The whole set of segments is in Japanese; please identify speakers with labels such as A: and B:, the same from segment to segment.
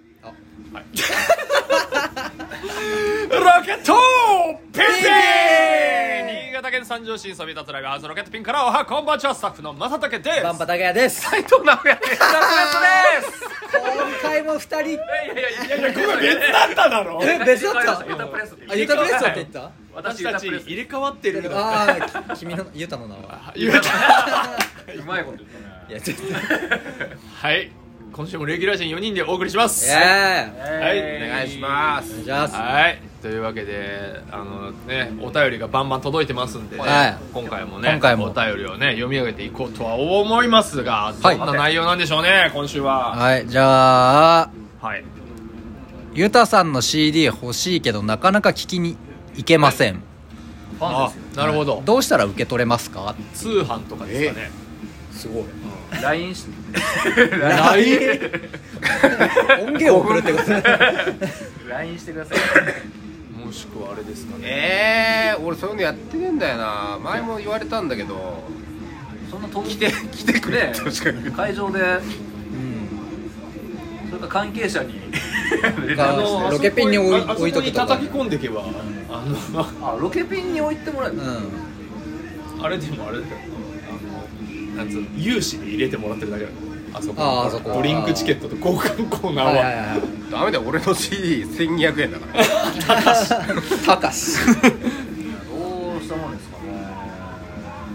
A: はい
B: ロケットピンピン
A: 新潟県三条市そび立つライブハウスロケットピンからおはこんばんちはスタッフの正竹です
B: バンパタガヤです
A: 斉藤直哉ですです
B: 今回も二人
A: いやいやいやいやごめん
B: 別だっただろえ別だった
A: ユタプレスって
B: あユタプレストって言ったあ
A: 私
C: 私
A: た
C: た
A: ち
C: ち
A: 入
C: 入
A: れ
C: れ替わってるんだ
B: あ君のユタの名は
A: 言う
C: うまいこと言
B: いや
C: ったね
B: ちょっと
A: はい今週もレギュラー陣4人でお送りします
B: え
A: はいお願いします
B: お願いします
A: はいというわけであのねお便りがバンバン届いてますんで、ね
B: はい
A: 今回もね
B: 今回も
A: お便りをね読み上げていこうとは思いますがど
B: はい
A: んな内容なんでしょうね、今週は
B: はいじゃあ
A: はい
B: ユタさんの CD 欲しいけどなかなか聞きに行けません
C: ファン
A: あ
C: です
A: なるほど、
B: どうしたら受け取れますか
A: 通販とかですかね、
B: すごい
C: よ LINE して
B: 音源送るってこと ね
C: LINE してください
A: もしくはあれですかね
D: ええー、俺そういうのやってねえんだよな前も言われたんだけど
C: そんな遠く来て来てくれ会場でそれか関係者に
B: あ
C: あ
B: の
C: の
B: ロケピンに置い
A: あそこ
B: 置いとくとか
A: あそこに叩き込んでいけばあ
C: あロケピンに置いてもらえる
B: うん
A: の あれでもあれだよあのなんつうの有志で入れてもらってるだけだよあそこ
B: ああそこ
A: ドリンクチケットと交換コーナー
B: はい
A: は
B: はいはい
D: ダメだよ俺の CD1200 円だから
B: たかし
C: どうしたもんですかね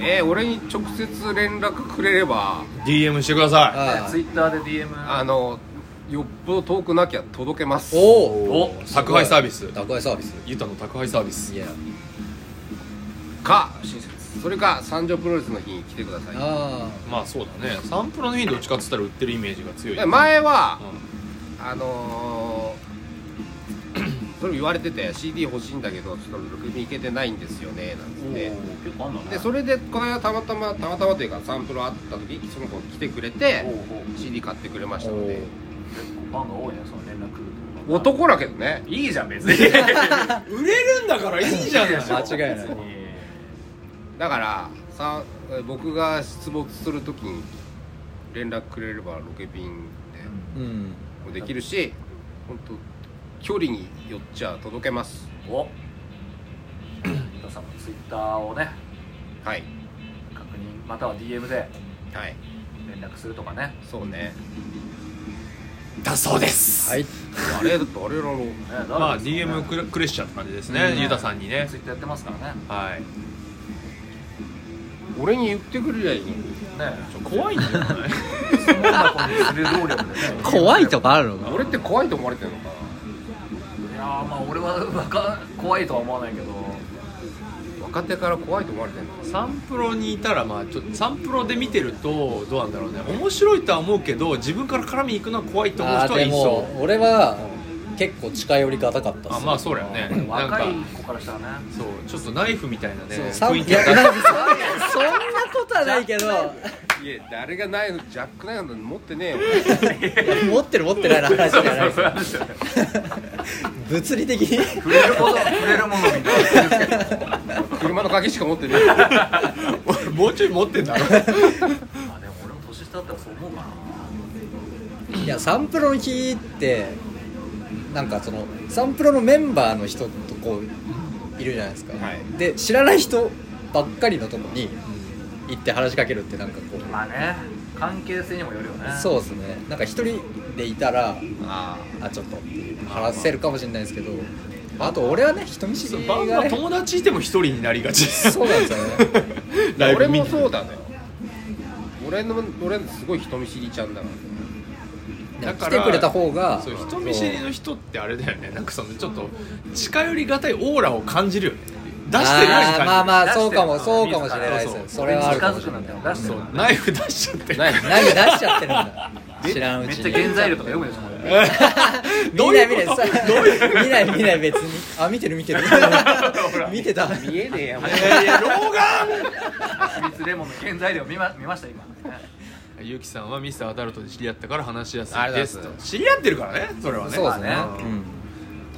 D: えー、俺に直接連絡くれれば
A: DM してくださ
B: はい
C: ツイッターで DM
D: あのよっぽど遠くなきゃ届けます
A: い
B: おお
A: お宅配サービス
B: 宅配サービス
A: ゆたの宅配サービス
B: いや
D: かそれか三条プロレスの日に来てください
B: あ
A: まあそうだねサンプロの日どっちかっつったら売ってるイメージが強い
D: で前は
A: う
D: あのー、そ れ言われてて CD 欲しいんだけどちょっとロケピン行けてないんですよねなんつ
C: お
D: っ
C: ー
D: て
C: 結構あんだね
D: でそれでこの間たまたまたまたまというかサンプルあった時その子来てくれ
C: おー
D: て
C: おー
D: CD 買ってくれました
A: ん
D: ので
C: 結構ファンが多いねその連絡
D: 男だけどね
C: いいじゃん別に
A: 売れるんだからいいじゃ ない
B: 間違いない
C: 別に
D: だからさ僕が出没する時に連絡くれればロケ便
B: あうん
D: でもできるし本当距離によっちゃ届けます
C: お皆さんもツイッターをね
D: はい
C: 確認または DM で
D: はい
C: 連絡するとかね
D: そうね
A: だそうです
B: はい
D: あれだってあれらの
A: まあ DM くれくれしちゃった感じですね
B: うん
A: ゆたさんにね
C: ツイッターやってますからね
A: はい
D: 俺に言ってくれりゃいいのに
C: ね
A: 怖いんじゃない
C: そんな子にする能力でね
B: 怖いとかあるの
D: 俺って怖いと思われてるの
C: い
D: か
C: やーまあ俺はわか怖いとは思わないけど
D: な若手から怖いと思われてるのか
A: サンプロにいたらまあちょサンプロで見てるとどうなんだろうね面白いとは思うけど自分から絡みに行くのは怖いと思う
B: あ
A: 人は
B: ーで
A: いそ
B: も
A: う
B: 俺は結構近寄りがたかったっす
A: あまあそうだよねなん
C: 若
A: か
C: い子からしたらね
A: そうちょっとナイフみたいなね
B: そうさん
A: 雰
B: い
A: 囲
B: や
A: 気が
B: なんかそんなことはないけど
D: いや誰がないのジャックナイフなんて持ってねえよ
B: 持ってる持ってないの話じゃないですよ物理的に
C: 触れるもの触れるものみたいな
D: 俺 車の鍵しか持ってね えよ
A: 俺 もうちょい持ってんだろ
C: まあでも俺も年下だったらそう思うか
B: いやサンプロの日ってなんかそのサンプロのメンバーの人とこういるじゃないですか、
D: はい
B: で知らない人ばっかりのとこに行って話しかけるってなんかこ
C: な
B: う
C: まあね関係性にもよるよね
B: そうですねなんか一人でいたら
D: あ
B: あちょっと話せるかもしれないですけどあと俺はね人見知り
A: バン
B: が
A: は
B: ね
A: 友達いても一人になりがち
B: そうなんですよね
A: ライブ
D: 俺
A: 見
D: も
A: に
D: そうだね俺の俺すごい人見知りちゃんだから
A: だ
B: 来
A: から
B: てくれた方が
A: そう人見知りの人ってあれだよねなんかそのちょっと近寄りがたいオーラを感じるよね出してるように感
B: あ
A: じ
B: ー
A: る
B: まあまあ
C: 出してる
B: そうかも
C: うん
B: そうかもしれないです
A: そう
B: よ
A: そう
B: それはある
C: 近
B: かも
C: づ
B: しれ
C: く
B: な
C: ないんて出して
A: そ
C: る
A: うナイフ出しちゃって
D: ナイフ
B: 何出しちゃってる んだ知らんう
C: めっ
B: ち
C: ちゃ
B: に
C: 原材料とか読むでしょそれ
A: どう
B: 見な
A: い
B: い
A: う
B: 見
A: こと
B: ない
A: どういう
B: 見ない見ない別にあ見てる 見てる見てた
D: 見えねえやもう
A: いやいや老眼
C: 秘密レモンの原材料見ま見ました今
A: ゆきさんはミスターアダルトで知り合ったから話しやす
D: あ
A: い
D: り
A: で
D: が
A: す
D: とうございます
A: 知り合ってるからねそれはね
B: そうですね
C: まあね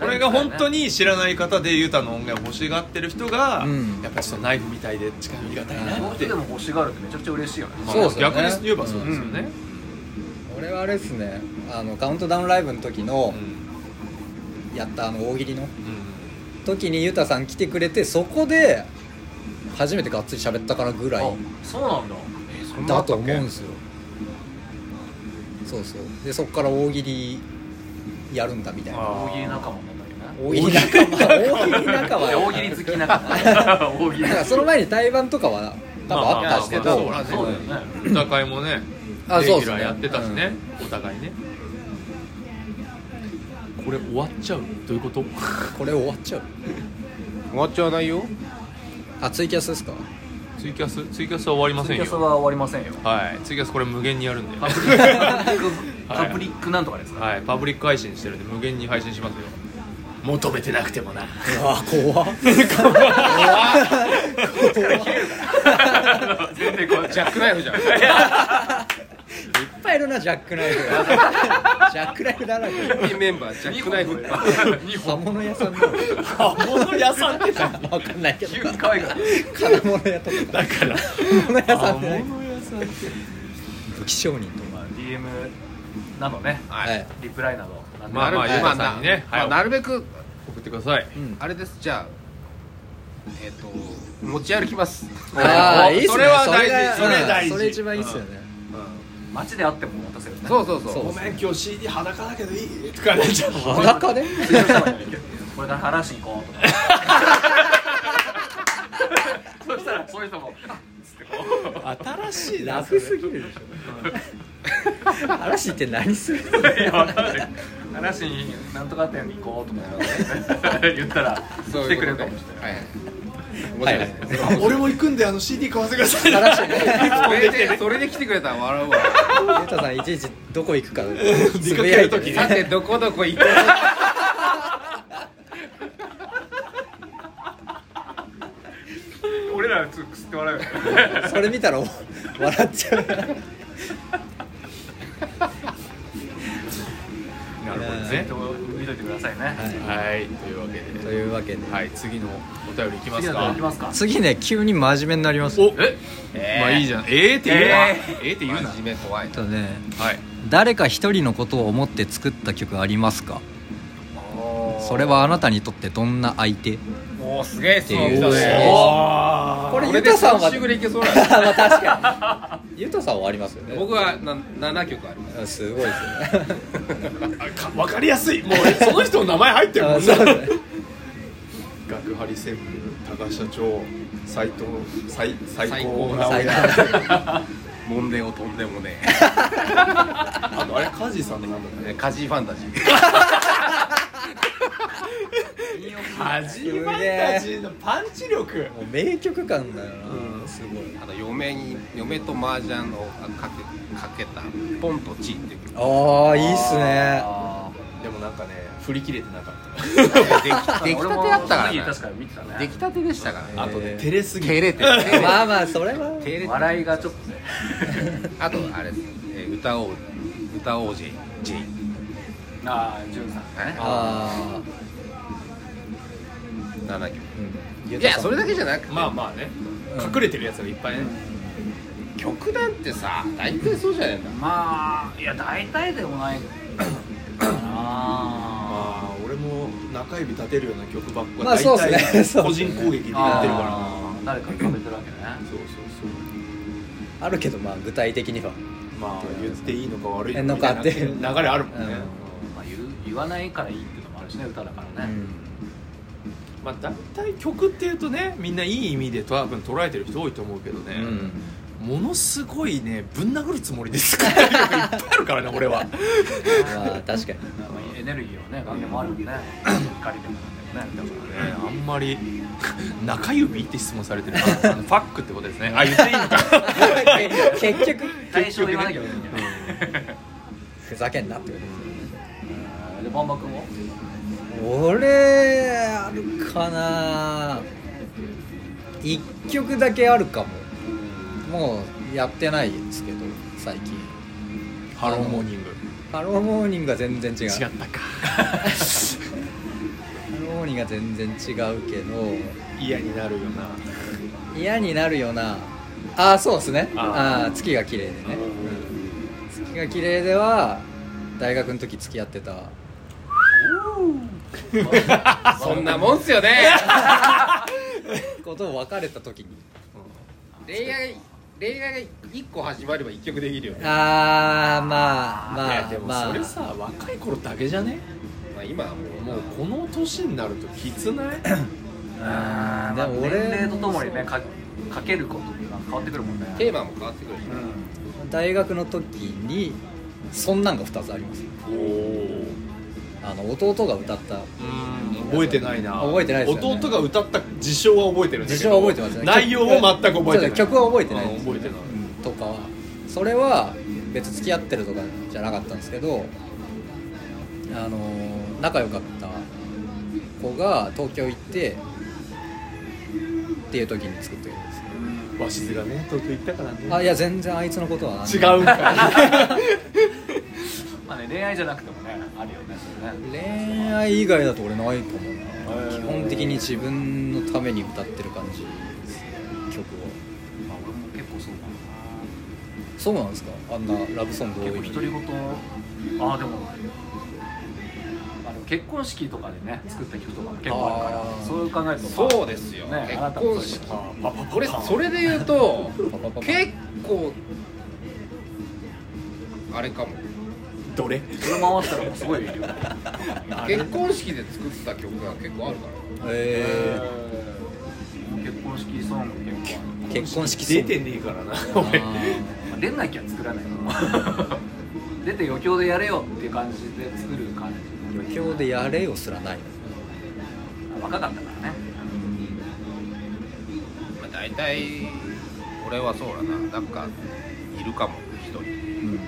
A: これが本当に知らない方でユタの音楽欲しがってる人が、
B: うん
A: やっぱりちょっとナイフみたいで近寄りがたい
C: こ
A: な
C: うい
A: っ
C: う
A: て、
C: 人でも欲しがるってめちゃくちゃ嬉しいよね
A: まあ
B: そうですよね
A: 逆に言えばそうですよね、
B: 俺はあれですねあのカウントダウンライブの時の
A: うん
B: やったあの大喜利の
A: うん
B: 時にユタさん来てくれてそこで初めてがっつり喋ったかなぐらい
C: あそうなんだ
D: そんな
B: だ
D: あっ
B: と
D: たっ
B: 思うん
D: け
B: ですよそうそうでそっから大喜利やるんだみたいな
A: あー
C: 大喜利仲間なんだけどね
B: 大喜利仲間大喜利仲間
C: 大喜利好き仲間 大喜利
B: だからその前に対バンとかは多分あったしけ
D: まあ
B: ど
D: まあまあ
C: そうだよね
A: お互いもね
B: あ
A: レギ
B: そうっ
A: ュ
B: す
A: ラ
B: ね
A: ーやってたしねお互いねこれ終わっちゃうどういうこと
B: これ終わっちゃう
D: 終わっちゃわないよ
B: あツイキャスですか
A: ツイキャスツイキャスは終わりま
C: ツ
A: せ
C: イ
A: ん
C: キャス
A: よ
C: は終わりませんよ
A: はいツイキャスこれ無限にやるんで
C: パブリック
A: はい
C: パブリックなんとかですか
A: はいパブリック配信してるんで無限に配信しますよ求めてなくてもな
B: うわ怖っ
C: 全然こう
D: ジャックナイフじゃん
B: いっぱいいるなジャックナイフ ジャックナイフだらけ
D: メンバージャックナイフ
B: 刃物屋さんなの
A: 刃物屋さんってだ
B: わかんない けど
C: 急に可愛くなる
B: 金物屋とか
A: から
B: 刃 物屋さんってない
A: 刃物屋さんって
B: 武器商人と
C: まあ DM などね
D: はい
B: はい
C: リプライなどなんでも
A: まあまあ
D: なる
A: ゆ
D: まあ
A: たさんにね
D: まあ
A: はい
D: なるべく
A: 送ってください
B: うん
D: あれですじゃあえっと持ち歩きます
B: ああいいっすね
A: それは大事
B: が
A: それ大事
B: うんそれ一番いいっすよね
C: 街で会っても渡せるね
D: そうそうそう
B: そう
A: ごめん今日 CD 裸だけどいいとかねちゃう
B: 裸で
C: ツイキャスはねこれから話しに行こうとか そしたらそういう人もあっつってこう
A: 新しい
B: ラフすぎるでしょ嵐って何する
C: いやわかんない話になんとかあったように行こうとか言ったら
D: そ
C: 来
D: うい
C: て
D: う
C: くれる
D: こと
C: か
D: ね
C: もしれない
D: はいはい面白いですね
A: 俺も行くんであの CD 買わせてください
B: 嵐ね
D: それでそれで来てくれたら笑うわ
B: ゆたさんいちいちどこ行 くか
A: 出かける時
B: つぶやいて
D: さ
B: ね
D: てどこどこ行こう
C: 俺らちょっとくすって笑うよ
B: それ見たらお笑っちゃう
A: なるほどね
C: 人も見といてくださいね、
A: はいというわけ
B: と
A: で
B: いうわけで
A: はい次のお便りいきます
C: 次の
A: か
C: いきますか
B: 次ね急に真面目になります
A: おえまあいいじゃんええって言うな
C: え
A: ええって言うな
D: 真面目怖い
B: えっとね
A: はい
B: 誰か一人のことを思って作った曲ありますかそれはあなたにとってどんな相手
D: おおすげえ質問
B: お
D: 来た
B: ー
D: ね
B: これ
D: これ
B: ユ
D: で
B: タさん
D: 3
B: は
D: 週ぐらいいけそうだね
B: まあ確かにユタさんはありますよね
D: 僕はな7曲あります
B: すごいですね
A: わかりやすいもうその人の名前入ってるも
B: あ
A: ん
B: そ
A: な
B: うですね
A: 学張セブン高社長斎藤最
D: 最
A: 最
D: 高
A: 高
D: な
A: な
B: 最
A: 親
D: もんでをとんでもね
A: あのあれカジさんのなんだっけ
D: えカジーファンタジー
A: カジ
B: フ
A: ファン
B: ァンタ
A: タ
B: ジ
A: ジーのパンチ力
B: もう名曲感だよな、
A: うん
B: すごい
D: あと嫁に嫁と麻雀をあかけかけた「ポンとチ」っていう曲
B: ああいいっすね
C: あ
A: でもなんかね振り切れてなかっ
D: でき出来たてだったから
C: 俺も
D: ね
C: 確かに見てた
D: 出
C: ね
D: 来たてでしたからね
A: た
B: あ
A: あ
B: と
A: とね
B: ね
A: 照れすぎ
D: 照れて
B: まあまあそれは
D: 照れて
C: 笑いがちょっとね
D: あとあれですえー歌おう歌おう J J
C: ああ潤さんね
B: あ
D: 7曲
B: あ、うん、
D: いやそれだけじゃなく て
A: まあまあね
B: うん
A: 隠れてるやつがいっぱいね
D: 曲なんてさ大体そうじゃないんだ
C: まあいや大体でもないかな
A: まあ俺も中指立てるような曲ばっ
B: まあ
A: か
B: そうっすね
A: 大体
B: そう
A: 個
B: っすね
A: 人攻撃でやってるからな
C: あー誰かに食べてるわけね
A: そうそう
B: あるけどまあ具体的には
A: そうまあ言っていいのか悪い
B: えの
A: の
B: か
A: か
B: っ
A: み
B: て
A: たいな流れあるもんね、
C: まあ言う言わないからいいっていうのもあるしね歌だからね、
A: まあ大体曲っていうとねみんないい意味で多分捉えてる人多いと思うけど
B: う
A: ね、
B: ん、
A: ものすごいねぶん殴るつもりで作ってる 曲いっぱいあるからね俺は
B: まあ確 かに
C: まあエネルギーをね何でもあるんでね光でもなんでもねだからね
A: ねあんまり 中指って質問されてるからファックってことですねあ言っていい のか
B: 結局
C: 対象言わなきゃいけないんだよね
B: ふざけんなってこ
C: でバンバ君も
B: と俺あるかな一曲だけあるかももうやってないですけど最近
A: ハローモーニング
B: 「ハローモーニング」が全然違う
A: 違ったか
B: ハローモーニングが全然違うけど
A: 嫌になるよな
B: 嫌になるようなああそうですねあ
A: あ
B: あー月が綺麗でね月が綺麗では大学の時付き合ってた
D: そんなもんっすよね
B: ことを別れた時に
D: 恋愛恋愛が一個始まれば一曲できるよね、
B: あーまあ
A: い
B: ま
A: や
B: あ
A: でも
B: ま
A: そ
B: あ
A: れさ、若い頃だけじゃね
D: まあ、今はもう
A: もうこの年になるときつ ない
C: あー
B: でも
C: まあ
B: 俺
C: 年齢とともにねかかけることが変わってくるもんね
D: テーマも変わってくるし、
B: 大学の時にそんなんが2つあります
A: おお
B: あの弟が歌った
A: うん覚えてないな
B: 覚えてないですよね
A: 弟が歌った事象は覚えてるんだけど
B: 事象は覚えてますね
A: 内容も全く覚えてない
B: 曲は覚えてない
A: うん覚えてない
B: とかはそれは別に付き合ってるとかじゃなかったんですけどあのー仲良かった子が東京行ってっていう時に作ってるんですよ
A: わしずがね東京行ったからね
B: あいや全然あいつのことは
A: 違うんかい
C: まあね恋愛じゃなくてもねあるよねそれね
B: 恋愛以外だと俺ないかも
A: へ
B: な
A: ー
B: 基本的に自分のために歌ってる感じですね曲を
C: まあ俺も結構そうか
B: そうなんですかあんなラブソング多い
C: な
B: の
C: 結構
B: に
C: 独り言ああでもまあでも結婚式とかでね作った曲とかも結構あるか
B: あ
C: ら
B: ー
C: そう考えると
D: そうですよ
C: ね
D: 結
C: あなたも
D: 婚
C: そうです
D: 式
C: よ
A: パパ
D: 俺それで言うと
B: パパパパ
D: 結構あれかも
A: どれ
C: それ回したらもうすごい量
D: 結婚式で作った曲が結構あるから
B: えー
C: 結婚式ソング結構ある
B: 結婚式
A: 出てねえからな俺
C: まあ出なきゃ作らないの 出て余興でやれよっていう感じで作る感じ
B: 余興でやれよすらない
C: 若かったからね
D: まあ、大体俺はそうだななんかいるかも一人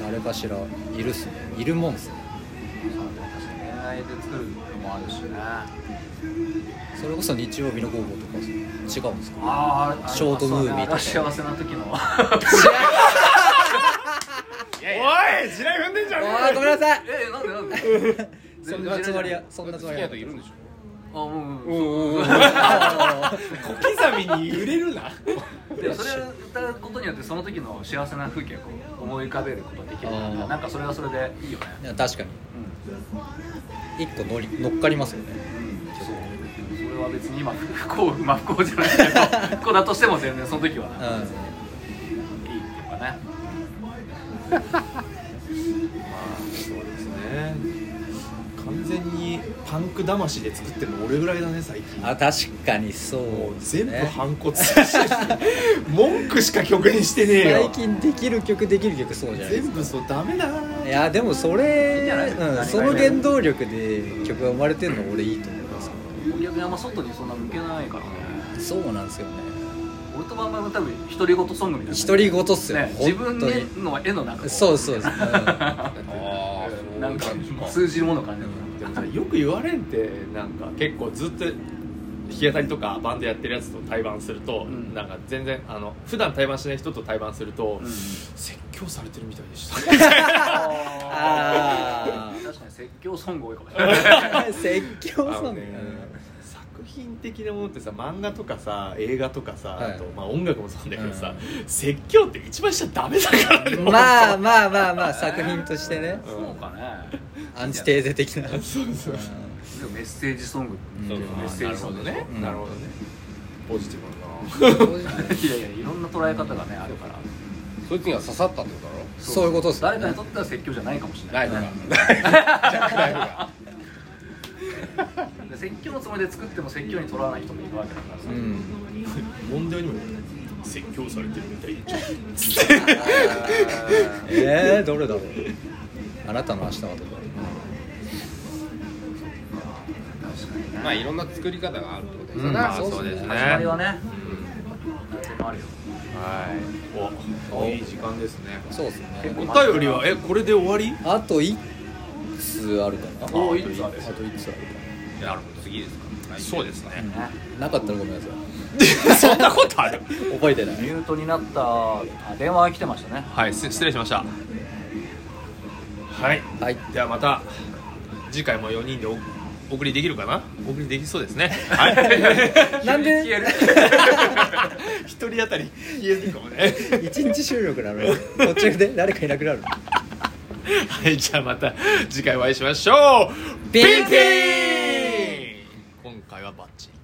B: 誰かしらいるっすねいるもんっすね
C: 恋愛で作るのもあるしねあ
B: それこそ日曜日の午後とか違うんですか
C: ああ
B: ショートムービーとか
C: とか幸せな 時の
A: おい地雷踏んでんじゃね
B: あーごめんなさい
C: えなんでなんで
B: そんなつもりはそんなつ
D: 付
B: も
D: き
B: り
D: 合
B: はい
D: といるんでし
C: あうん
D: ょ
C: うん
B: あ
A: え小刻みに揺れるな
C: でそれを歌うことによってその時の幸せな風景をこう思い浮かべることができるか
B: あ
C: ら
B: ー
C: なんかそれはそれでいいよね
B: ーいや確かに一個乗り乗っかりますよね
C: それは別に今不幸まあ不幸じゃない けど不幸だとしても全然その時は
B: う
C: ね
B: ん
C: いいっていうかね
A: そうですね完全にパンク魂で作ってるの俺ぐらいだね最近
B: あ確かにそう
A: もう
B: です
A: 全部
B: ね
A: 反骨してる文句しか曲にしてねえよ
B: 最近できる曲できる曲そうじゃないです
A: 全部そうダメだない
B: やでもそ
C: いいんじゃない
B: れ、
C: 何が
B: うん、
C: ね
B: その原動力で曲が生まれてるの俺いいと思います
C: 逆にあんま外にそんな向けないからね
B: そうなんですよね
C: 俺とまんまも多分独り言ソングみたいな
B: 独り言っすよ、
C: ね
B: 本
C: 自
B: 当
C: 分
B: に
C: の絵の中
B: そうそうそう、
D: ああそう
C: なんか
D: 感じか
C: 通じるもの感じる
A: でもさよく言われんってなんか結構ずっと弾き語りとかバンドやってるやつと対バンすると、
C: ん
A: なんか全然あの普段対バンしない人と対バンすると、
C: うん
A: 説教されてるみたいでした
B: あー
C: 確かに説教ソング多いかもしれない
B: 説教
A: あ
B: ソ
A: の
B: ング
A: ね作品的なものってさ漫画とかさ映画とかさ、
B: はい
A: あと、まあ、音楽もそうだけどさ、説教って一番しちゃダメだからね
B: まあ
A: 本
B: まあまあまあ作品としてね
A: 当
C: そうかね
B: アンチテーゼ的 な
A: そうそう
C: でもメッセージソングっ
A: そ
C: て
A: う
C: い
A: そう
C: うメッセ
A: な
C: ー
A: る
C: ジソ
A: ほ
C: ン
A: ど
C: グ
A: ね、
B: うん
A: なるほどねポジティブだな
C: でしょいやいやいろんな捉え方がねあるから
D: そいつには刺さったってことだろ
B: そういうことっすよね
C: 誰かにとっては説教じゃないかもしれな
D: ライ
C: い
D: ブ
C: ね
D: がジャックライブが
C: で説教のつもりで作っても説教に取らない人もいるわけだからさ、
B: うん
A: 問題にもよる説教されてるみたいで
B: えー、どれだろうあなたの明日はとか
C: 確かにね
D: まあいろんな作り方があるってことです
A: う
D: よ
A: ん
D: ね、
A: まあ
B: そうそうですね
C: 始まりはね、でもあるよ
A: はいおいい時間ですね
B: そうですね
A: お便りはえこれで終わり
B: あと1つあるかなあ
A: お
B: と
A: いいですね
B: 1つあるか
D: なるほど次ですか来週
A: そうですね
B: ななかったらごめんなさい
A: そんなことある
B: 覚えてない
C: ミュートになったあ電話が来てましたね
A: はいす失礼しましたはい
B: はい
A: ではまた次回も4人でおお送りできるかなお送りできそうですねはい
B: なん
C: 消え
B: で
C: る
A: 一人当たり言えるかもね
B: 1日収録なのに途中で誰かいなくなるの
A: はいじゃあまた次回お会いしましょう
B: ピンピン
A: 今回はバッチリ